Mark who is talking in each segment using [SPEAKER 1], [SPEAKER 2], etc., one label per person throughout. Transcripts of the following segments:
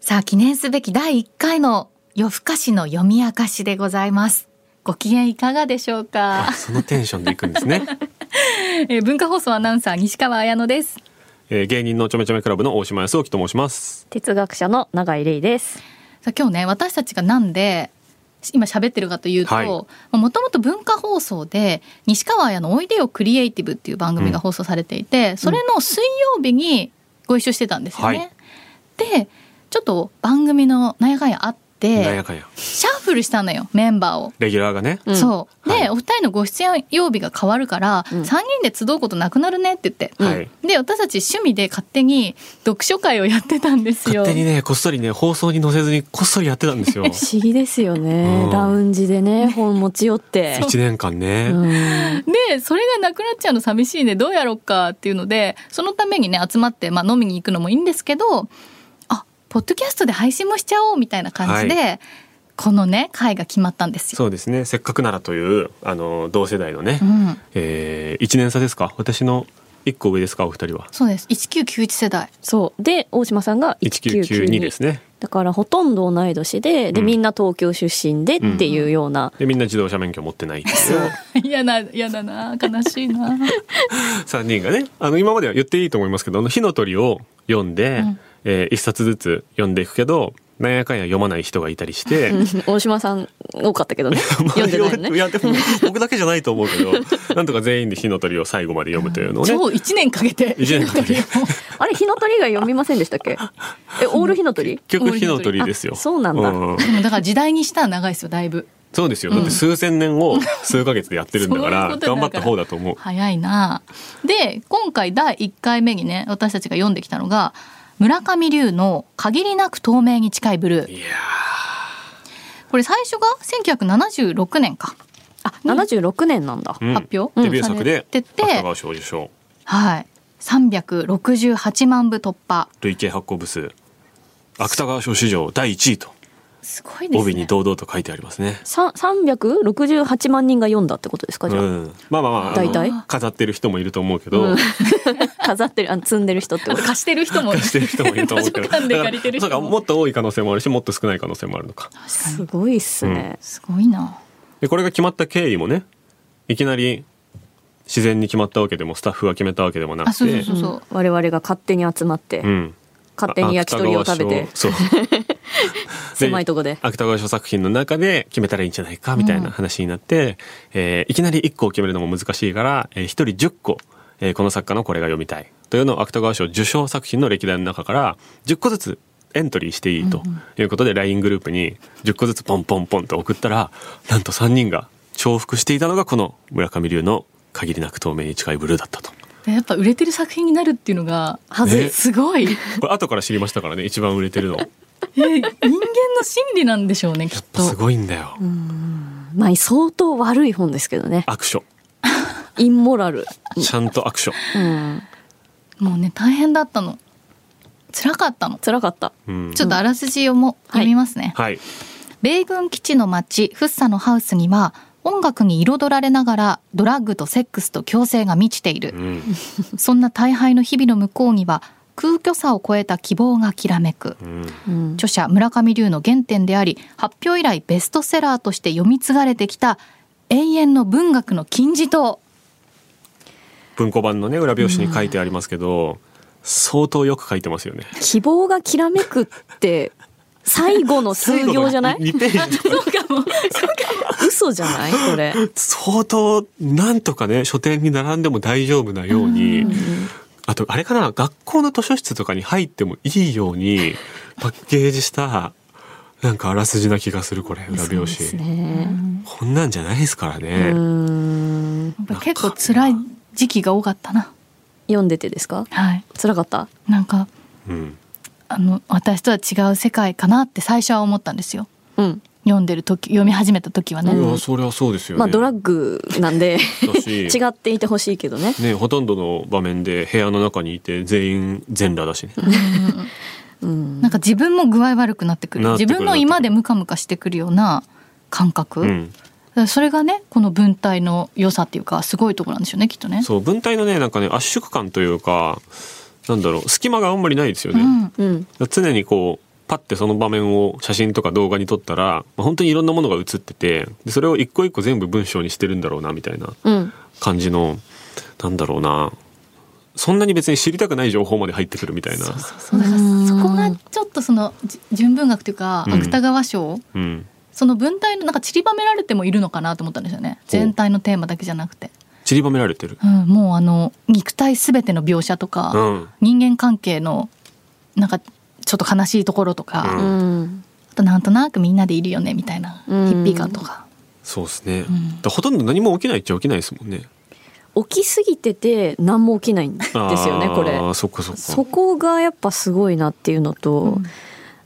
[SPEAKER 1] さあ記念すべき第1回の夜更かしの読み明かしでございますご機嫌いかがでしょうか
[SPEAKER 2] あそのテンションでいくんですね、
[SPEAKER 1] えー文化放送アナウンサー西川彩乃です
[SPEAKER 2] えー、芸人のちょめちょめクラブの大島康之と申します
[SPEAKER 3] 哲学者の永井玲です。
[SPEAKER 1] さあ今日ね私たちがなんで今喋ってるかというと、
[SPEAKER 2] はい
[SPEAKER 1] まあもともと文化放送で西川彩の「おいでよクリエイティブ」っていう番組が放送されていて、それの水曜日にご一緒してたんですよね。
[SPEAKER 2] はい
[SPEAKER 1] でちょっと番組のなんやかんやあっ
[SPEAKER 2] なんや
[SPEAKER 1] て
[SPEAKER 2] かんや
[SPEAKER 1] シャッフルしたのよメンバーを。
[SPEAKER 2] レギュラーがね、
[SPEAKER 3] うん
[SPEAKER 1] そうで、
[SPEAKER 2] はい
[SPEAKER 1] お二人のご出演曜日が変わるから、
[SPEAKER 3] うん
[SPEAKER 1] 3人で集うことなくなるねって言って、
[SPEAKER 2] はい
[SPEAKER 1] で私たち趣味で勝手に読書会をやってたんですよ。
[SPEAKER 2] 勝手にねこっそりね放送に載せずにこっそりやってたんですよ
[SPEAKER 3] 不思議ですよね、
[SPEAKER 2] うん
[SPEAKER 3] ラウンジでね本持ち寄 って。
[SPEAKER 2] 一年間ね、
[SPEAKER 3] うん
[SPEAKER 1] でそれがなくなっちゃうの寂しいねどうやろうかっていうのでそのためにね集まって、まあ、飲みに行くのもいいんですけどあポッドキャストで配信もしちゃおうみたいな感じで、このね会が決まったんですよ。
[SPEAKER 2] そうですねせっかくならというあの同世代のね、
[SPEAKER 1] うん、
[SPEAKER 2] えー、1年差ですか私の一個上ですかお二人は
[SPEAKER 1] そうです1991世代
[SPEAKER 3] そうで大島さんが
[SPEAKER 2] 1992
[SPEAKER 3] 1992
[SPEAKER 2] ですね
[SPEAKER 3] だからほとんど同い年でで、
[SPEAKER 2] うん
[SPEAKER 3] みんな東京出身でっていうような、
[SPEAKER 2] でみんな自動車免許持ってないって いう
[SPEAKER 1] 嫌な嫌だな悲しいな
[SPEAKER 2] 3人がねあの今までは言っていいと思いますけど「あの火の鳥」を読んで、
[SPEAKER 1] うん
[SPEAKER 2] え1冊ずつ読んでいくけどなんやかんや読まない人がいたりして。
[SPEAKER 3] 大島さん多かったけどね
[SPEAKER 2] まあ
[SPEAKER 3] 読んでないよね
[SPEAKER 2] いやでも僕だけじゃないと思うけど なんとか全員で「火の鳥」を最後まで読むというのをね
[SPEAKER 1] 超1年かけて
[SPEAKER 2] 一年かけて
[SPEAKER 1] 一年か
[SPEAKER 3] あれ日の鳥が読みませんでしたっ けえオール日の鳥
[SPEAKER 2] 結局「火の鳥」ですよ
[SPEAKER 3] あそうなんだ
[SPEAKER 1] けをでもだから時代にしたら長いですよだいぶ
[SPEAKER 2] そうですよだって数千年を数ヶ月でやってるんだか
[SPEAKER 1] そうい
[SPEAKER 2] ら
[SPEAKER 1] うことだから
[SPEAKER 2] 頑張った方だと思う
[SPEAKER 1] 早いなで今回第1回目にね私たちが読んできたのが村上龍の「限りなく透明に近いブルー
[SPEAKER 2] いや」
[SPEAKER 1] これ最初が1976年か
[SPEAKER 3] あ76年なんだ、
[SPEAKER 2] ーうん
[SPEAKER 1] 発表
[SPEAKER 2] デビュー作
[SPEAKER 1] さ
[SPEAKER 2] で
[SPEAKER 1] れてて
[SPEAKER 2] 芥川賞受賞
[SPEAKER 1] はい368万部突破
[SPEAKER 2] 累計発行部数芥川賞史上第1位と
[SPEAKER 1] すごいですね
[SPEAKER 2] 帯に堂々と書いてありますね
[SPEAKER 3] さ368万人が読んだってことですかじゃあ、
[SPEAKER 2] うん、まあまあまああの
[SPEAKER 3] 大体
[SPEAKER 2] 飾ってる人もいると思うけど、
[SPEAKER 3] うん 飾ってるあの積んでる人ってこと
[SPEAKER 1] 貸してる人も
[SPEAKER 2] してる人もいると思うけ ど
[SPEAKER 1] 図書館で借りてる人
[SPEAKER 2] だ
[SPEAKER 1] も
[SPEAKER 2] からそうかもっと多い可能性もあるしもっと少ない可能性もあるのか
[SPEAKER 1] 確か
[SPEAKER 3] す
[SPEAKER 1] に
[SPEAKER 3] ごいっすね、
[SPEAKER 1] すごいな
[SPEAKER 2] でこれが決まった経緯もねいきなり自然に決まったわけでもスタッフが決めたわけでもなくて
[SPEAKER 1] あそうそうそうそう
[SPEAKER 3] 我々が勝手に集まって、
[SPEAKER 2] うん、
[SPEAKER 3] 勝手に焼き鳥を食べて
[SPEAKER 2] あ芥川賞そう
[SPEAKER 3] 狭いとこで
[SPEAKER 2] 芥川賞作品の中で決めたらいいんじゃないかみたいな話になって、えーいきなり1個を決めるのも難しいから、え1人10個、えーこの作家のこれが読みたいというのを芥川賞受賞作品の歴代の中から10個ずつエントリーしていいということで LINE グループに10個ずつポンポンポンと送ったらなんと3人が重複していたのがこの村上龍の「限りなく透明に近いブルー」だったと。
[SPEAKER 1] でやっぱ売れてる作品になるっていうの が
[SPEAKER 3] は
[SPEAKER 2] ずいね
[SPEAKER 1] すごい、え
[SPEAKER 2] これ後から知りましたからね一番売れてるの。やっ
[SPEAKER 1] 人間の心理なんでしょうねきっ
[SPEAKER 2] ぱす
[SPEAKER 1] と
[SPEAKER 2] ごいんだよ。
[SPEAKER 3] まあ相当悪い本ですけどね
[SPEAKER 2] アクション。
[SPEAKER 3] インモラル、
[SPEAKER 2] ちゃんとアクション。
[SPEAKER 3] うん、
[SPEAKER 1] もうね大変だったの辛かったの
[SPEAKER 3] 辛かった
[SPEAKER 2] うん
[SPEAKER 1] ちょっとあらすじをも読みますね、
[SPEAKER 2] はい。
[SPEAKER 1] 米軍基地の町フッサのハウスには音楽に彩られながらドラッグとセックスと強制が満ちている
[SPEAKER 2] うん。
[SPEAKER 1] そんな大敗の日々の向こうには空虚さを超えた希望がきらめく
[SPEAKER 2] うん
[SPEAKER 3] うん
[SPEAKER 1] 著者村上龍の原点であり発表以来ベストセラーとして読み継がれてきた永遠の文学の金字塔
[SPEAKER 2] 文庫版のね裏表紙に書いてありますけど、相当よく書いてますよ ね。
[SPEAKER 3] 希望がきらめくって最後の数行じゃない
[SPEAKER 2] 最後の二ペー ジとか
[SPEAKER 3] 嘘じゃないこれ
[SPEAKER 2] 相当なんとかね書店に並んでも大丈夫なように、あとあれかな学校の図書室とかに入ってもいいようにパッケージしたなんかあらすじな気がするこれ裏表紙、
[SPEAKER 3] そうですね
[SPEAKER 2] こんなんじゃないですから
[SPEAKER 3] う
[SPEAKER 2] ね。
[SPEAKER 3] ん
[SPEAKER 1] 結構辛い時期が多かったな
[SPEAKER 3] 読んでてですか
[SPEAKER 1] はい
[SPEAKER 3] 辛かった
[SPEAKER 1] なんか
[SPEAKER 2] うん
[SPEAKER 1] あの私とは違う世界かなって最初は思ったんですよ
[SPEAKER 3] うん
[SPEAKER 1] 読んでる時読み始めた時はね、
[SPEAKER 2] いやそりゃそうですよね。
[SPEAKER 3] まあドラッグなんで
[SPEAKER 2] だし
[SPEAKER 3] 違っていてほしいけどね
[SPEAKER 2] ねほとんどの場面で部屋の中にいて全員全裸だしね。
[SPEAKER 3] うん
[SPEAKER 1] なんか自分も具合悪くなってくる
[SPEAKER 2] なって
[SPEAKER 1] 自
[SPEAKER 2] くる
[SPEAKER 1] 分の今でムカムカしてくるような感覚、
[SPEAKER 2] うん、
[SPEAKER 1] だからそれがねこの文体の良さっていうかすごいところなんでしょうねきっとね
[SPEAKER 2] そう文体のねなんかね圧縮感というかなんだろう隙間があんまりないですよね、
[SPEAKER 1] うん
[SPEAKER 3] うん
[SPEAKER 2] 常にこうパッてその場面を写真とか動画に撮ったら、まあ、本当にいろんなものが映っててでそれを一個一個全部文章にしてるんだろうなみたいな
[SPEAKER 3] うん。
[SPEAKER 2] 感じのなんだろうなそんなに別に知りたくない情報まで入ってくるみたいな
[SPEAKER 1] そうそうそうだからそこがちょっとそのじ純文学というか
[SPEAKER 2] うん
[SPEAKER 1] 芥川賞、
[SPEAKER 2] うん、
[SPEAKER 1] その文体のなんか散りばめられてもいるのかなと思ったんですよね全体のテーマだけじゃなくて、
[SPEAKER 2] 散りばめられてる、
[SPEAKER 1] うん、もうあの肉体すべての描写とか、
[SPEAKER 2] うん、
[SPEAKER 1] 人間関係のなんかちょっと悲しいところとか、
[SPEAKER 2] うん
[SPEAKER 3] うん。
[SPEAKER 1] あとなんとなくみんなでいるよねみたいな、
[SPEAKER 3] うん
[SPEAKER 1] ヒッピー感とか
[SPEAKER 2] そうですね、
[SPEAKER 1] ん
[SPEAKER 2] だからほとんど何も起きないっちゃ起きないですもんね
[SPEAKER 3] 起きすぎてて何も起きないんですよねこれ
[SPEAKER 2] ああそっかそっか
[SPEAKER 3] そこがやっぱすごいなっていうのと、
[SPEAKER 1] うん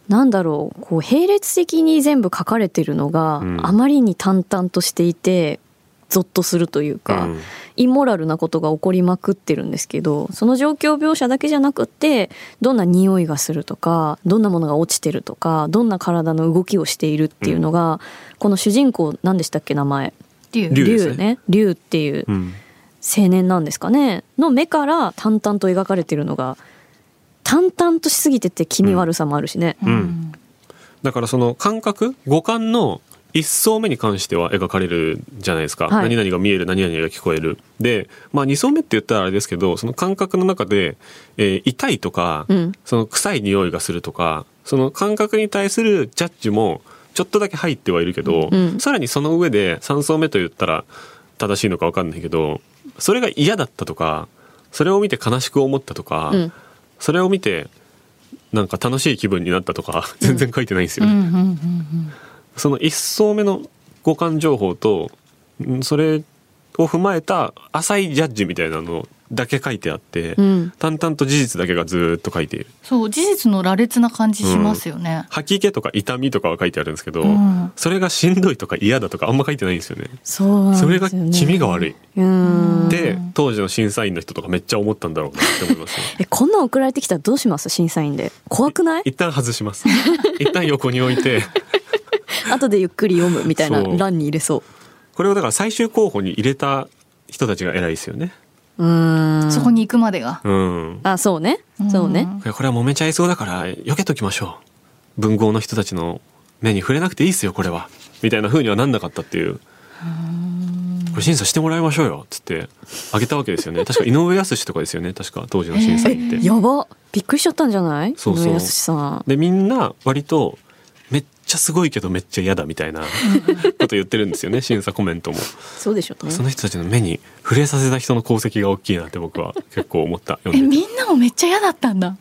[SPEAKER 3] なんだろうこう並列的に全部書かれてるのが、
[SPEAKER 2] うん
[SPEAKER 3] あまりに淡々としていてゾッとするというか、
[SPEAKER 2] うん
[SPEAKER 3] イモラルなことが起こりまくってるんですけどその状況描写だけじゃなくてどんな匂いがするとかどんなものが落ちてるとかどんな体の動きをしているっていうのが、この主人公何でしたっけ名前
[SPEAKER 1] 竜
[SPEAKER 2] 竜ですね
[SPEAKER 3] 竜ね竜っていう
[SPEAKER 2] うん
[SPEAKER 3] 青年なんですかねの目から淡々と描かれてるのが淡々としすぎてて気味悪さもあるしね、
[SPEAKER 2] うんだからその感覚五感の一層目に関しては描かれるじゃないですか、
[SPEAKER 3] はい
[SPEAKER 2] 何々が見える何々が聞こえるで、まあ、二層目って言ったらあれですけどその感覚の中で、えー痛いとか、
[SPEAKER 3] うん
[SPEAKER 2] その臭い匂いがするとかその感覚に対するジャッジもちょっとだけ入ってはいるけど、
[SPEAKER 3] うん
[SPEAKER 2] さらにその上で3層目と言ったら正しいのか分かんないけどそれが嫌だったとかそれを見て悲しく思ったとか、
[SPEAKER 3] うん
[SPEAKER 2] それを見てなんか楽しい気分になったとか全然書いてないんですよね、
[SPEAKER 1] うんうんうんうん
[SPEAKER 2] その1層目の五感情報とんそれを踏まえた浅いジャッジみたいなのだけ書いてあって、
[SPEAKER 3] うん
[SPEAKER 2] 淡々と事実だけがずーっと書いている
[SPEAKER 1] そう事実の羅列な感じしますよね、
[SPEAKER 2] 吐き気とか痛みとかは書いてあるんですけど、
[SPEAKER 1] うん
[SPEAKER 2] それがしんどいとか嫌だとかあんま書いてないんですよね
[SPEAKER 3] そうなんです
[SPEAKER 2] そ
[SPEAKER 3] よ
[SPEAKER 2] れ
[SPEAKER 3] ね
[SPEAKER 2] が気味が悪い、
[SPEAKER 3] うん
[SPEAKER 2] で当時の審査員の人とかめっちゃ思ったんだろうなって思いますね
[SPEAKER 3] えこんなん送られてきたらどうします審査員で怖くない
[SPEAKER 2] 一旦外します一旦横に置いて
[SPEAKER 3] 後でゆっくり読むみたいな
[SPEAKER 2] そう
[SPEAKER 3] 欄に入れそ
[SPEAKER 2] これをだから最終候補に入れた人たちが偉いですよね
[SPEAKER 3] ううん
[SPEAKER 1] そこに行くまでが、
[SPEAKER 2] うん
[SPEAKER 3] あそうねそうね
[SPEAKER 2] いやこれは揉めちゃいそうだから避けときましょう文豪の人たちの目に触れなくていいっすよこれはみたいな風にはなんなかったっていうこれ審査してもらいましょうよっつってあげたわけですよね確か井上康とかですよね確か当時の審査員って、
[SPEAKER 3] やばびっくりしちゃったんじゃない
[SPEAKER 2] そうそう
[SPEAKER 3] 井上靖さん
[SPEAKER 2] でみんな割とめっちゃすごいけどめっちゃ嫌だみたいなこと言ってるんですよね審査コメントも
[SPEAKER 3] そうでしょうね
[SPEAKER 2] その人たちの目に触れさせた人の功績が大きいなって僕は結構思った読
[SPEAKER 1] え
[SPEAKER 2] んでて
[SPEAKER 1] みんなもめっちゃ嫌だったんだ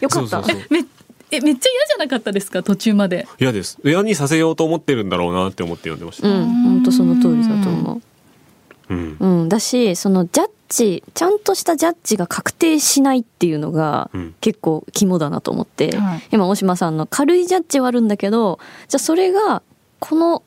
[SPEAKER 3] よかった
[SPEAKER 2] そうそうそう
[SPEAKER 1] めえめっちゃ嫌じゃなかったですか途中まで
[SPEAKER 2] 嫌です嫌にさせようと思ってるんだろうなって思って読んでました、
[SPEAKER 3] うん本当その通りだと思う
[SPEAKER 2] うん
[SPEAKER 3] うん、だしそのジャッジちゃんとしたジャッジが確定しないっていうのが
[SPEAKER 2] うん
[SPEAKER 3] 結構肝だなと思って、
[SPEAKER 1] はい
[SPEAKER 3] 今大島さんの軽いジャッジはあるんだけどじゃあそれがこの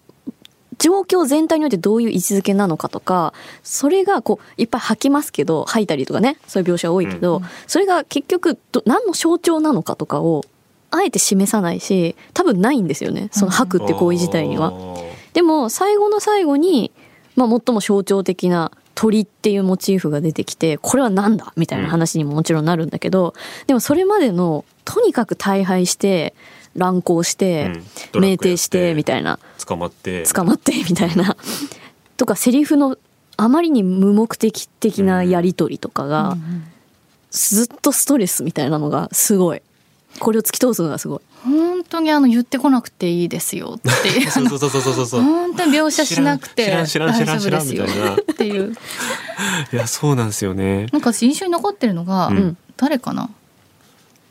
[SPEAKER 3] 状況全体においてどういう位置づけなのかとかそれがこういっぱい吐きますけど吐いたりとかねそういう描写多いけど、
[SPEAKER 1] うん
[SPEAKER 3] それが結局ど何の象徴なのかとかをあえて示さないし多分ないんですよねその吐くって行為自体には
[SPEAKER 2] あ。ー
[SPEAKER 3] でも最後の最後に、まあ、最も象徴的な鳥っていうモチーフが出てきてこれは何だみたいな話にももちろんなるんだけど、でもそれまでのとにかく大敗して乱行して
[SPEAKER 2] うん、ドラッグや
[SPEAKER 3] 酩
[SPEAKER 2] って
[SPEAKER 3] 酊してみたいな
[SPEAKER 2] 捕まって
[SPEAKER 3] 捕まってみたいなとかセリフのあまりに無目的的なやり取りとかが、ずっとストレスみたいなのがすごいこれを突き通すのがすごい。
[SPEAKER 1] 本当にあの言ってこなくていいですよっていう
[SPEAKER 2] そうそうそうそうそうそう
[SPEAKER 1] 本当に描写しなくて
[SPEAKER 2] 知らん
[SPEAKER 1] 大
[SPEAKER 2] 知らん知らん
[SPEAKER 1] 丈
[SPEAKER 2] 知
[SPEAKER 1] 夫
[SPEAKER 2] ら
[SPEAKER 1] で
[SPEAKER 2] ん知
[SPEAKER 1] す
[SPEAKER 2] ら
[SPEAKER 1] よ
[SPEAKER 2] んみたいな
[SPEAKER 1] っていう
[SPEAKER 2] いやそうなんですよね
[SPEAKER 1] なんか私印象に残ってるのが、
[SPEAKER 2] うん
[SPEAKER 1] 誰かな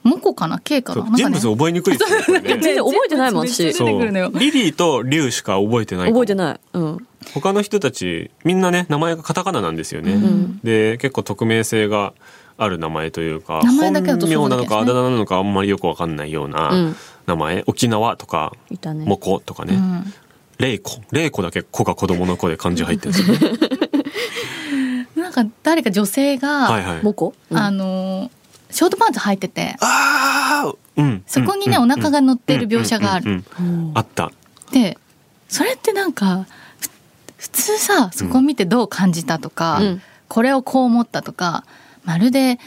[SPEAKER 1] モコかな K か
[SPEAKER 2] そ
[SPEAKER 1] な
[SPEAKER 2] う
[SPEAKER 1] なんか
[SPEAKER 2] 人
[SPEAKER 1] ね
[SPEAKER 2] 物覚えにくいですよねこれね
[SPEAKER 3] 全然覚えてないもん私
[SPEAKER 1] めっちゃ
[SPEAKER 2] そう
[SPEAKER 1] 出てくるのよ
[SPEAKER 2] リリーとリュウしか覚えてない
[SPEAKER 3] 覚えて
[SPEAKER 2] い
[SPEAKER 3] ない。うん。
[SPEAKER 2] 他の人たちみんなね名前がカタカナなんですよね、
[SPEAKER 3] ん
[SPEAKER 2] で結構匿名性がある名前というか
[SPEAKER 1] 名前だけだとそう
[SPEAKER 2] 本
[SPEAKER 1] な
[SPEAKER 2] 名なん
[SPEAKER 1] で
[SPEAKER 2] の
[SPEAKER 1] すね
[SPEAKER 2] かあだ名なのかあんまりよくわかんないよう
[SPEAKER 3] う
[SPEAKER 2] なん名前、沖縄とか
[SPEAKER 3] いたね。
[SPEAKER 2] モコとかね、
[SPEAKER 1] うん
[SPEAKER 2] レイコレイコだけ子が子供の子で漢字入ってるん ですよね
[SPEAKER 1] なんか誰か女性が、
[SPEAKER 2] はいはい
[SPEAKER 3] モコうん
[SPEAKER 1] あのーショートパンツ履いてて
[SPEAKER 2] ああうん
[SPEAKER 1] そこにね、
[SPEAKER 2] うん
[SPEAKER 1] お腹が乗ってる描写がある、
[SPEAKER 2] うんうんうんうんあった
[SPEAKER 1] でそれってなんかふ普通さそこ見てどう感じたとか、
[SPEAKER 3] うん
[SPEAKER 1] これをこう思ったとかまるで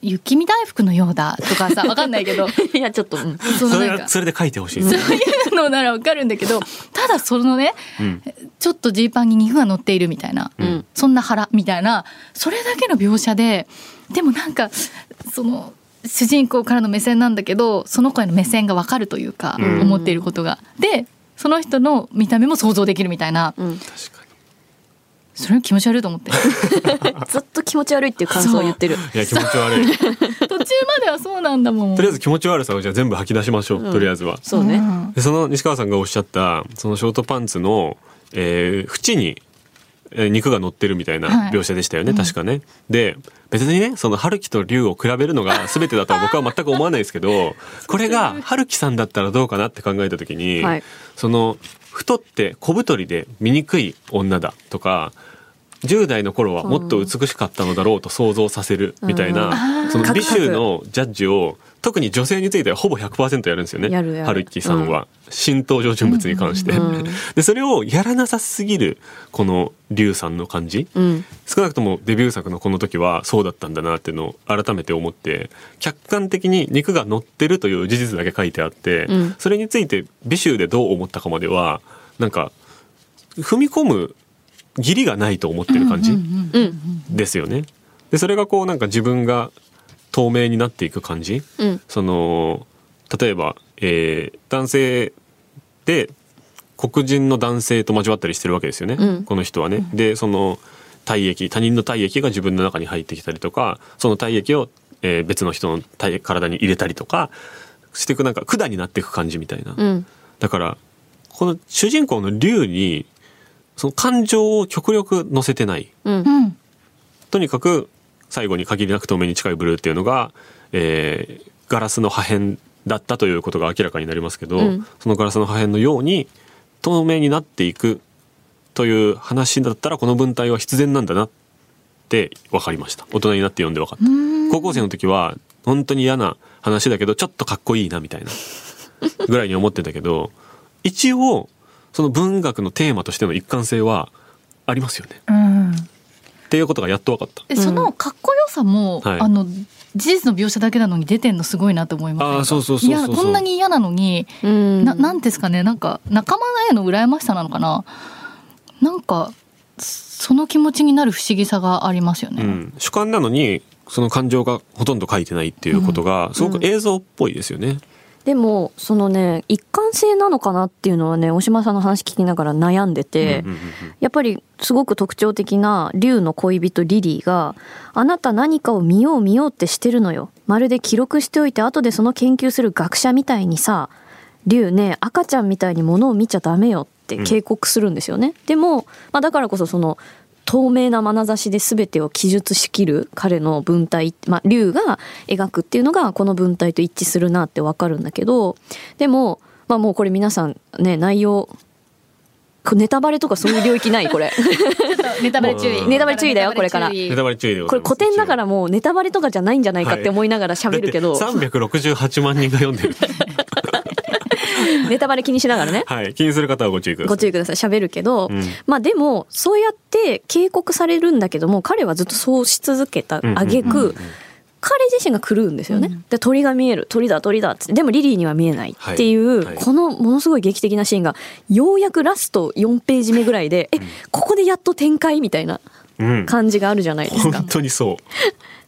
[SPEAKER 1] 雪見大福のようだとかさわかんないけ ど
[SPEAKER 3] いやちょっと、うん
[SPEAKER 1] その
[SPEAKER 2] それ
[SPEAKER 1] なんか
[SPEAKER 2] はそれで書いてほしい
[SPEAKER 1] そう
[SPEAKER 2] ね
[SPEAKER 1] いうのならわかるんだけどただそのね
[SPEAKER 2] うん
[SPEAKER 1] ちょっとジーパンに肉が乗っているみたいな、
[SPEAKER 3] うん
[SPEAKER 1] そんな腹みたいなそれだけの描写ででもなんかその主人公からの目線なんだけどその子への目線がわかるというか、
[SPEAKER 2] うん
[SPEAKER 1] 思っていることが。でその人の見た目も想像できるみたいな
[SPEAKER 3] うん、
[SPEAKER 2] 確か
[SPEAKER 1] それ気持ち悪いと思って
[SPEAKER 3] ずっと気持ち悪いっていう感想を言ってる
[SPEAKER 2] にいや気持ち悪い
[SPEAKER 1] 途中まではそうなんだもん。
[SPEAKER 2] とりあえず気持ち悪さをじゃあ全部吐き出しましょう、
[SPEAKER 3] うん
[SPEAKER 2] とりあえずは
[SPEAKER 3] そうね、
[SPEAKER 1] ん
[SPEAKER 2] でその西川さんがおっしゃったそのショートパンツの、えー縁にえー肉が乗ってるみたい
[SPEAKER 1] は
[SPEAKER 2] ない描写でしたよね、確かね。で別にねその春樹と龍を比べるのが全てだとは僕は全く思わないですけ どこれが春樹さんだったらどうかなって考えた時に、
[SPEAKER 3] はい
[SPEAKER 2] その太って小太りで醜い女だとか10代の頃はもっと美しかったのだろうと想像させるみたいな、
[SPEAKER 1] うん
[SPEAKER 2] その美
[SPEAKER 3] カクカ
[SPEAKER 2] 醜
[SPEAKER 3] ク
[SPEAKER 2] のジャッジを特に女性についてはほぼ100%やるんですよね
[SPEAKER 3] やるやる
[SPEAKER 2] 春樹さんは。新登場人物に関して、
[SPEAKER 3] うん
[SPEAKER 2] でそれをやらなさすぎるこの劉さんの感じ、
[SPEAKER 3] うん
[SPEAKER 2] 少なくともデビュー作のこの時はそうだったんだなっていうのを改めて思って客観的に肉が乗ってるという事実だけ書いてあって、
[SPEAKER 3] うん
[SPEAKER 2] それについて美醜でどう思ったかまではなんか踏み込む義理がないと思ってる感じ
[SPEAKER 1] うんうんうん
[SPEAKER 3] うん
[SPEAKER 2] ですよね。でそれがこうなんか自分が透明になっていく感じ、
[SPEAKER 3] うん
[SPEAKER 2] その例えば、えー男性で黒人の男性と交わったりしてるわけですよね、
[SPEAKER 3] うん
[SPEAKER 2] この人はね。でその体液他人の体液が自分の中に入ってきたりとかその体液を、えー別の人の体体に入れたりとかしていくなんか管になっていく感じみたいな。
[SPEAKER 3] うん
[SPEAKER 2] だからこの主人公の龍にその感情を極力乗せてない。
[SPEAKER 3] うん
[SPEAKER 1] うん
[SPEAKER 2] とにかく最後に限りなく透明に近いブルーっていうのが、えーガラスの破片だったということが明らかになりますけど、
[SPEAKER 3] うん
[SPEAKER 2] そのガラスの破片のように透明になっていくという話だったらこの文体は必然なんだなって分かりました大人になって読んで分かった、
[SPEAKER 1] うん
[SPEAKER 2] 高校生の時は本当に嫌な話だけどちょっとかっこいいなみたいなぐらいに思ってたけど一応その文学のテーマとしての一貫性はありますよね
[SPEAKER 1] うん
[SPEAKER 2] っていうことがやっと分かった
[SPEAKER 1] えそのかっこよさも、
[SPEAKER 2] はい
[SPEAKER 1] あの事実の描写だけなのに出てんのすごいなと思います
[SPEAKER 2] あーそうそうそうそうそう
[SPEAKER 1] こんなに嫌なのに、
[SPEAKER 3] うん
[SPEAKER 1] ななんですかねなんか仲間への羨ましさなのかななんかその気持ちになる不思議さがありますよね、
[SPEAKER 2] うん、主観なのにその感情がほとんど書いてないっていうことがすごく映像っぽいですよね。
[SPEAKER 3] でもそのね一貫性なのかなっていうのはね大島さんの話聞きながら悩んでて、
[SPEAKER 2] うんうん
[SPEAKER 3] やっぱりすごく特徴的な竜の恋人リリーが「あなた何かを見よう見ようってしてるのよまるで記録しておいて後でその研究する学者みたいにさ竜ね赤ちゃんみたいに物を見ちゃダメよ」って警告するんですよね。でも、まあ、だからこそその透明な眼差しで全てを記述しきる彼の文体、まあ、竜が描くっていうのがこの文体と一致するなってわかるんだけどでも、まあ、もうこれ皆さんね内容これネタバレとかそういう領域ないこれ
[SPEAKER 1] ネタバレ注意
[SPEAKER 2] ネ
[SPEAKER 3] タバレ注意だよこれから
[SPEAKER 2] ネタバレ注意でご
[SPEAKER 3] こ
[SPEAKER 2] ざい
[SPEAKER 3] れ
[SPEAKER 2] ます
[SPEAKER 3] 古典だからもうネタバレとかじゃないんじゃないかって思いながら喋るけど、
[SPEAKER 2] 三百六十八万人が読んで る。
[SPEAKER 3] ネタバレ気にしなが らね
[SPEAKER 2] はい、気にする方はご注意ください。
[SPEAKER 3] ご注意ください喋るけど、
[SPEAKER 2] うん
[SPEAKER 3] まあでもそうやって警告されるんだけども彼はずっとそうし続け
[SPEAKER 2] うん
[SPEAKER 3] た
[SPEAKER 2] うんうん
[SPEAKER 3] 挙句彼自身が狂うんですよね、
[SPEAKER 1] うん
[SPEAKER 3] で鳥が見える鳥だ鳥だっつってでもリリーには見えないっていう、
[SPEAKER 2] はいはい
[SPEAKER 3] このものすごい劇的なシーンがようやくラスト4ページ目ぐらいで、えここでやっと展開みたいな
[SPEAKER 2] うん、
[SPEAKER 3] 感じがあるじゃないですか
[SPEAKER 2] 本。当にそ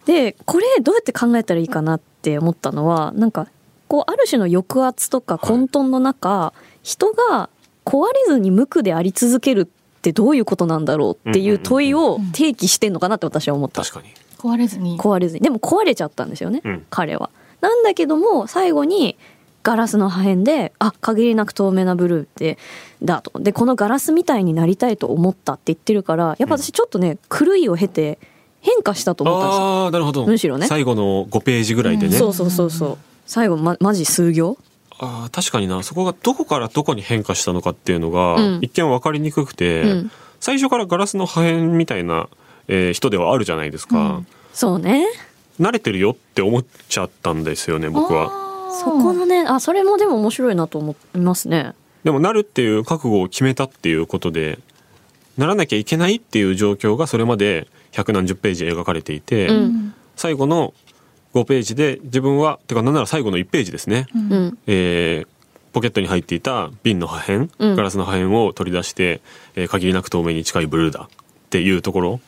[SPEAKER 3] でこれどうやって考えたらいいかなって思ったのはなんかこうある種の抑圧とか混沌の中、人が壊れずに無垢であり続けるってどういうことなんだろうっていう問いを提起してんのかなって私は思っ
[SPEAKER 2] う。
[SPEAKER 3] た、
[SPEAKER 2] 確かに。
[SPEAKER 1] 壊れずに
[SPEAKER 3] 壊れずにでも壊れちゃったんですよね、
[SPEAKER 2] うん
[SPEAKER 3] 彼は。なんだけども最後にガラスの破片であ限りなく透明なブルーってだとでこのガラスみたいになりたいと思ったって言ってるからやっぱ私ちょっとね狂いを経て変化したと思ったんですよ
[SPEAKER 2] ああ、なるほど。
[SPEAKER 3] むしろね
[SPEAKER 2] 最後の五ページぐらいでね。
[SPEAKER 1] ん
[SPEAKER 3] そうそうそうそう最後まマジ数行
[SPEAKER 2] ああ、確かにな。そこがどこからどこに変化したのかっていうのが、
[SPEAKER 3] うん
[SPEAKER 2] 一見わかりにくくて、
[SPEAKER 3] うん
[SPEAKER 2] 最初からガラスの破片みたいな、えー人ではあるじゃないですか。
[SPEAKER 1] うん
[SPEAKER 3] そうね
[SPEAKER 2] 慣れてるよって思っちゃったんですよね僕は
[SPEAKER 1] は
[SPEAKER 3] そこのねあそれもでも面白いなと思いますね
[SPEAKER 2] でもなるっていう覚悟を決めたっていうことでならなきゃいけないっていう状況がそれまで百何十ページ描かれていて、
[SPEAKER 3] うん
[SPEAKER 1] ん
[SPEAKER 2] 最後の5ページで自分はてかなんなら最後の1ページですね、
[SPEAKER 3] うん
[SPEAKER 2] えーポケットに入っていた瓶の破片、
[SPEAKER 3] うん
[SPEAKER 2] ガラスの破片を取り出して、えー限りなく透明に近いブルーだっていうところ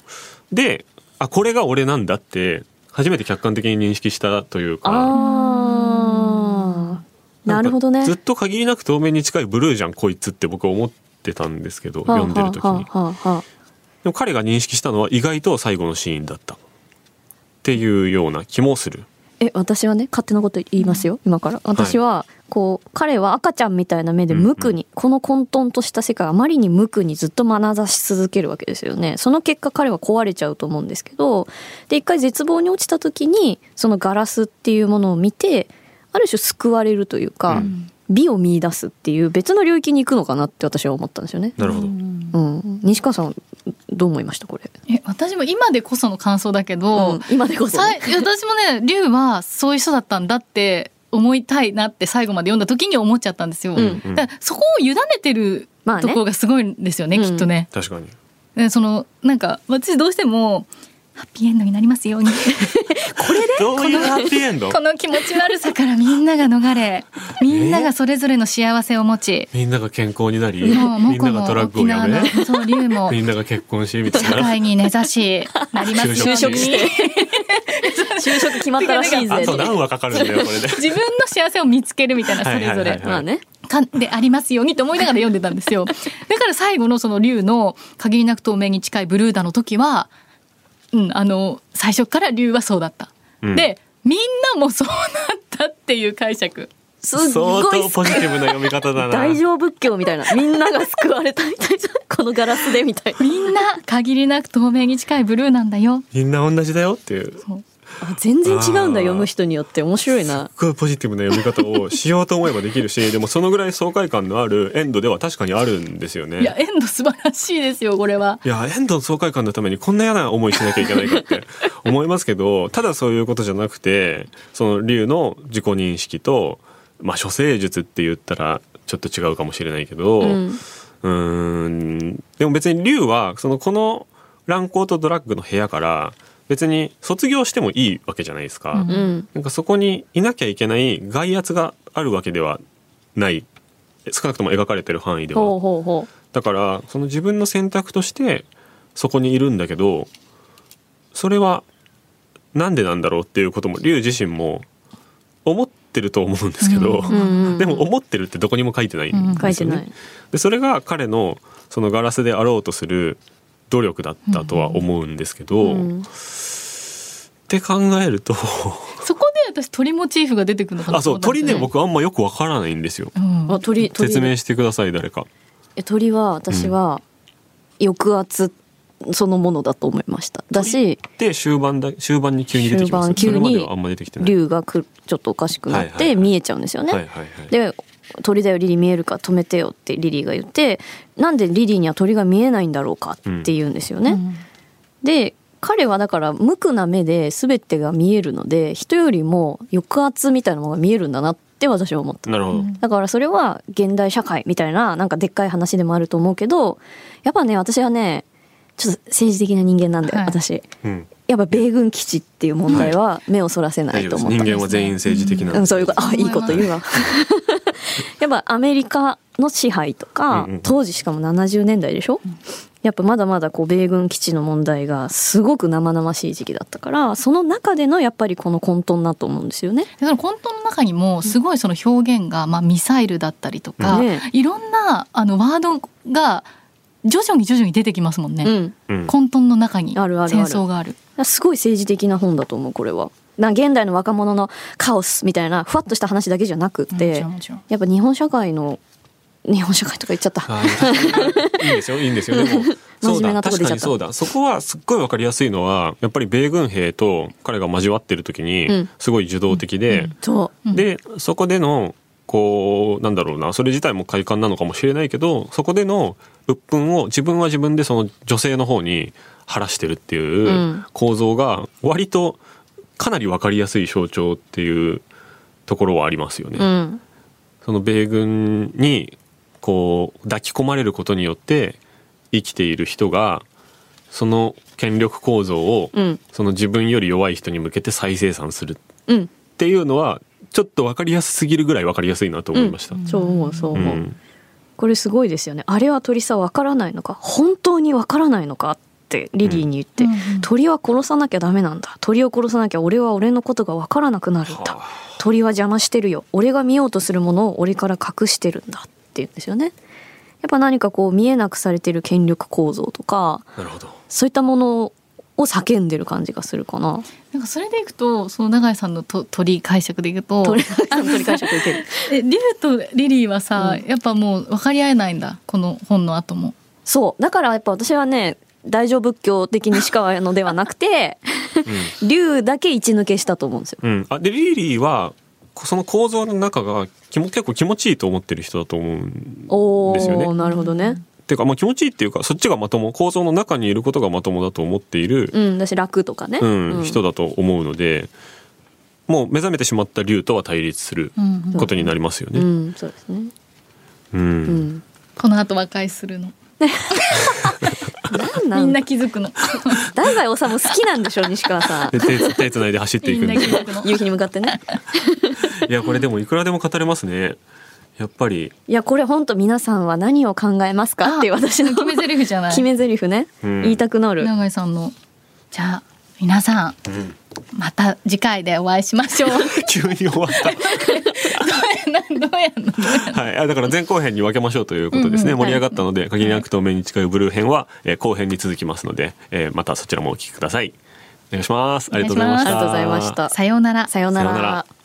[SPEAKER 2] であこれが俺なんだって初めて客観的に認識したというか
[SPEAKER 3] あー
[SPEAKER 2] んか
[SPEAKER 3] なるほどね
[SPEAKER 2] ずっと限りなく透明に近いブルーじゃんこいつって僕思ってたんですけど
[SPEAKER 3] はあ
[SPEAKER 2] 読んでる時
[SPEAKER 3] は
[SPEAKER 2] に。
[SPEAKER 3] あはあはあ
[SPEAKER 2] でも彼が認識したのは意外と最後のシーンだったっていうような気もする。
[SPEAKER 3] え私はね勝手なこと言いますよ、今から私はこう彼は赤ちゃんみたいな目で無垢に、この混沌とした世界あまりに無垢にずっと眼差し続けるわけですよねその結果彼は壊れちゃうと思うんですけどで一回絶望に落ちた時にそのガラスっていうものを見てある種救われるというか、
[SPEAKER 2] うん
[SPEAKER 3] 美を見出すっていう別の領域に行くのかなって私は思ったんですよね、
[SPEAKER 2] なるほど。
[SPEAKER 3] うん、西川さんどう思いましたこれ、
[SPEAKER 1] え私も今でこその感想だけど、
[SPEAKER 3] うん今でこそ、
[SPEAKER 1] さい
[SPEAKER 3] ね、
[SPEAKER 1] 私もね龍はそういう人だったんだって思いたいなって最後まで読んだ時に思っちゃったんですよ、
[SPEAKER 3] うん
[SPEAKER 2] うん
[SPEAKER 1] だからそこを委ねてる
[SPEAKER 3] まあね
[SPEAKER 1] ところがすごいんですよね,、
[SPEAKER 3] うん
[SPEAKER 1] きっとね、
[SPEAKER 2] 確かに。
[SPEAKER 1] でそのなんか私どうしてもハッピーエンドになります ように
[SPEAKER 2] どういうハッピーエンド
[SPEAKER 1] この気持ち悪さからみんなが逃 れみんながそれぞれの幸せを持ち、
[SPEAKER 2] みんなが健康になり、
[SPEAKER 1] もうモ
[SPEAKER 2] みん
[SPEAKER 1] コ
[SPEAKER 2] なが
[SPEAKER 1] も
[SPEAKER 2] トラック
[SPEAKER 1] 沖
[SPEAKER 2] をや
[SPEAKER 1] 縄
[SPEAKER 2] め
[SPEAKER 1] の、そう龍 も
[SPEAKER 2] みんなが結婚し、みたい
[SPEAKER 1] 社
[SPEAKER 2] な。
[SPEAKER 1] 会に根ざしなりますように
[SPEAKER 2] 就職して
[SPEAKER 3] 就職決まったらし い
[SPEAKER 2] あ
[SPEAKER 3] ぜ
[SPEAKER 2] と何話かかるんだよ、これ で。
[SPEAKER 1] 自分の幸せを見つけるみたいなそ
[SPEAKER 2] はいは
[SPEAKER 1] れ
[SPEAKER 2] いはい
[SPEAKER 1] ぞ
[SPEAKER 2] はい
[SPEAKER 1] れ
[SPEAKER 3] まあね
[SPEAKER 1] かでありますようにと思いながら読んでたんです よだから最後のその竜の限りなく透明に近いブルーダの時はうんあの最初から竜はそうだった、
[SPEAKER 2] うん
[SPEAKER 1] でみんなもそうなったっていう解釈
[SPEAKER 3] すっ
[SPEAKER 2] 相
[SPEAKER 3] ご
[SPEAKER 2] 当
[SPEAKER 3] い
[SPEAKER 2] ポジティブな読み方だな。
[SPEAKER 3] 大乗仏教みたいなみんなが救われたみたいなこのガラスでみたいな
[SPEAKER 1] みんな限りなく透明に近いブルーなんだよ
[SPEAKER 2] みんな同じだよっていう。す
[SPEAKER 3] あ全然違うんだ
[SPEAKER 2] あー
[SPEAKER 3] 読む人によって面白いな
[SPEAKER 2] ごいポジティブな読み方をしようと思えばできるし、でもそのぐらい爽快感のあるエンドでは確かにあるんですよね。
[SPEAKER 1] いやエンド素晴らしいですよこれはい
[SPEAKER 2] や、エンドの爽快感のためにこんな嫌な思いしなきゃいけないかって思いますけど、 ただそういうことじゃなくて、その竜の自己認識と、まあ、処世術って言ったらちょっと違うかもしれないけど、
[SPEAKER 3] うん
[SPEAKER 2] うーんでも別に竜はそのこの乱行とドラッグの部屋から別に卒業してもいいわけじゃないですか、
[SPEAKER 1] うん
[SPEAKER 3] うん
[SPEAKER 2] なんかそこにいなきゃいけない外圧があるわけではない少なくとも描かれてる範囲で
[SPEAKER 3] ほう
[SPEAKER 2] は
[SPEAKER 3] ほうほ
[SPEAKER 2] だからその自分の選択としてそこにいるんだけどそれはなんでなんだろうっていうことも竜自身も思ってると思うんですけ
[SPEAKER 1] う
[SPEAKER 2] ど、
[SPEAKER 3] う、うんうん、
[SPEAKER 2] でも思ってるってどこにも書いてないん
[SPEAKER 3] 書
[SPEAKER 2] で
[SPEAKER 3] い
[SPEAKER 2] す
[SPEAKER 3] て
[SPEAKER 2] よね。
[SPEAKER 3] ない
[SPEAKER 2] でそれが彼のそのガラスであろうとする努力だったとは思うんですけど、
[SPEAKER 3] うん
[SPEAKER 2] って考える と
[SPEAKER 1] そこで私鳥モチーフが出てくるのかな
[SPEAKER 2] あそう
[SPEAKER 1] と思ったんで
[SPEAKER 2] 鳥
[SPEAKER 1] す
[SPEAKER 2] ね
[SPEAKER 1] よ
[SPEAKER 2] 僕あんまよくわからないんですよ
[SPEAKER 1] うん
[SPEAKER 3] あ鳥鳥
[SPEAKER 2] 説明してください誰か
[SPEAKER 3] え鳥は私は抑圧そのものだと思いましただし
[SPEAKER 2] で終盤だ終盤に急に出てきます
[SPEAKER 3] 終盤急に
[SPEAKER 2] それまではあんま出てきてない
[SPEAKER 3] 竜がくるちょっとおかしくなっ
[SPEAKER 2] はいはいは
[SPEAKER 3] て
[SPEAKER 2] い
[SPEAKER 3] 見えちゃうんですよね、
[SPEAKER 2] はいはいはい
[SPEAKER 3] で「鳥だよリリー見えるか止めてよ」ってリリーが言ってなんでリリーには鳥が見えないんだろうかって言うんですよね。
[SPEAKER 1] うん
[SPEAKER 3] で彼はだから無垢な目で全てが見えるので人よりも抑圧みたいなものが見えるんだなって私は思った。
[SPEAKER 2] なるほど、
[SPEAKER 1] うん
[SPEAKER 3] だからそれは現代社会みたいななんかでっかい話でもあると思うけどやっぱね私はねちょっと政治的な人間なんだよ、
[SPEAKER 1] はい
[SPEAKER 3] 私
[SPEAKER 2] うん
[SPEAKER 3] やっぱ米軍基地っていう問題は目をそらせな
[SPEAKER 2] 大
[SPEAKER 3] い
[SPEAKER 2] 丈
[SPEAKER 3] と
[SPEAKER 2] 夫です
[SPEAKER 3] 思っ
[SPEAKER 2] 人
[SPEAKER 3] たんです、ね、
[SPEAKER 2] 間は全員政治的な
[SPEAKER 3] うん、そういうこと、あ、
[SPEAKER 1] 思い
[SPEAKER 3] い
[SPEAKER 1] ま
[SPEAKER 3] い
[SPEAKER 1] す
[SPEAKER 3] こと言 うわ。やっぱアメリカの支配とか
[SPEAKER 2] うんうんうん、
[SPEAKER 3] 当時しかも70年代でしょやっぱまだまだこう米軍基地の問題がすごく生々しい時期だったから、その中でのやっぱりこの混沌だと思うんですよね。
[SPEAKER 1] でその混沌の中にもすごいその表現が、まあ、ミサイルだったりとか、
[SPEAKER 3] ね
[SPEAKER 1] いろんなあのワードが徐々に徐々に出てきますもんね、
[SPEAKER 3] うん。
[SPEAKER 2] うん
[SPEAKER 1] 混沌の中に
[SPEAKER 3] あるあるある
[SPEAKER 1] 戦争がある
[SPEAKER 3] すごい政治的な本だと思う、これは。な現代の若者のカオスみたいな、ふわっとした話だけじゃなく
[SPEAKER 1] もち
[SPEAKER 3] て
[SPEAKER 1] ろん、もちろん
[SPEAKER 3] やっぱ日本社会の、日本社会とか言っちゃった。
[SPEAKER 2] あーいいんですよいいんですよでもそう
[SPEAKER 3] 真面目
[SPEAKER 2] だ
[SPEAKER 3] なとこ
[SPEAKER 2] 確
[SPEAKER 3] 出ち
[SPEAKER 2] か
[SPEAKER 3] ゃった
[SPEAKER 2] にそうだそこはすっごいわかりやすいのはやっぱり米軍兵と彼が交わってる時
[SPEAKER 3] う
[SPEAKER 2] に
[SPEAKER 3] ん
[SPEAKER 2] すごい受動的で、
[SPEAKER 3] そ
[SPEAKER 1] うん
[SPEAKER 2] でそこでのこうなんだろうなそれ自体も快感なのかもしれないけどそこでの鬱憤を自分は自分でその女性の方に晴らしてるって
[SPEAKER 3] う
[SPEAKER 2] いうん構造が割とかなり分かりやすい象徴っていうところはありますよね。
[SPEAKER 3] う。うん。
[SPEAKER 2] その米軍にこう抱き込まれることによって生きている人がその権力構造を
[SPEAKER 3] うん。
[SPEAKER 2] その自分より弱い人に向けて再生産するっ
[SPEAKER 3] うん
[SPEAKER 2] っていうのはちょっと分かりやすすぎるぐらい分かりやすいなと思いました。
[SPEAKER 1] うん
[SPEAKER 3] そう思うそう
[SPEAKER 2] う
[SPEAKER 3] 思う、
[SPEAKER 2] ん
[SPEAKER 3] これすごいですよねあれは鳥さわからないのか本当にわからないのかってリリーに言って、
[SPEAKER 1] うんうん
[SPEAKER 3] 鳥は殺さなきゃダメなんだ鳥を殺さなきゃ俺は俺のことがわからなくなるんだ
[SPEAKER 2] は
[SPEAKER 3] 鳥は邪魔してるよ俺が見ようとするものを俺から隠してるんだって言うんですよねやっぱ何かこう見えなくされてる権力構造とか
[SPEAKER 2] なるほど。
[SPEAKER 3] そういったものを叫んでる感じがするかな
[SPEAKER 1] なんかそれでいくとその永井さんのと鳥解釈でいくと
[SPEAKER 3] 鳥 鳥解釈いける
[SPEAKER 1] え竜とリリーはさ、
[SPEAKER 3] う
[SPEAKER 1] やっぱもう分かり合えないんだこの本の後も。
[SPEAKER 3] そうだからやっぱ私はね大乗仏教的にしかあのではなくて竜だけ一抜けしたと思うんですよ
[SPEAKER 2] うん、うんあでリリーはその構造の中が気も結構気持ちいいと思ってる人だと思うん
[SPEAKER 3] お
[SPEAKER 2] ですよ
[SPEAKER 3] ー、
[SPEAKER 2] ね
[SPEAKER 3] なるほどね
[SPEAKER 2] ていうかまあ気持ちいいっていうかそっちがまとも構造の中にいることがまともだと思っている、
[SPEAKER 3] うん私楽とかね、
[SPEAKER 2] うん人
[SPEAKER 3] だ
[SPEAKER 2] だと思うのでもう目覚めてしまった竜とは対立する
[SPEAKER 1] うん
[SPEAKER 2] ことになりますよ
[SPEAKER 3] う
[SPEAKER 2] ね。
[SPEAKER 3] んそうですね
[SPEAKER 2] うん
[SPEAKER 3] うん
[SPEAKER 1] この後和解するの
[SPEAKER 3] なんな
[SPEAKER 1] み
[SPEAKER 3] ん
[SPEAKER 1] ん
[SPEAKER 3] だ
[SPEAKER 1] な気づ くの
[SPEAKER 3] 太宰治も好きなんでしょ西 川さん
[SPEAKER 2] で手手つないで走ってい
[SPEAKER 1] み
[SPEAKER 2] く
[SPEAKER 1] ん
[SPEAKER 2] ん
[SPEAKER 1] な
[SPEAKER 2] で
[SPEAKER 1] 気づく の
[SPEAKER 3] 夕日に向かってね
[SPEAKER 2] いやこれでもいくらでも語れますねやっぱり
[SPEAKER 3] いやこれ本当皆さんは何を考えますかっていう私の
[SPEAKER 1] 決め台詞じゃない
[SPEAKER 3] 決め台詞ね、
[SPEAKER 2] うん
[SPEAKER 3] 言いたくなる
[SPEAKER 1] 永井さんのじゃあ皆さん、また次回でお会いしましょうどう
[SPEAKER 2] 急に終わっ
[SPEAKER 1] やんのどうやんの
[SPEAKER 2] た、はい、あだから前後編に分けましょうということですね、
[SPEAKER 1] うんうんはい
[SPEAKER 2] 盛り上がったので「限りなく透明に近いブルー編は」えー後編に続きますので、えーまたそちらもお聞きくださいお願いしますありがとうございました
[SPEAKER 3] お願いしますありがとうございました
[SPEAKER 1] さようなら
[SPEAKER 3] さような
[SPEAKER 2] さような
[SPEAKER 3] ら
[SPEAKER 2] ら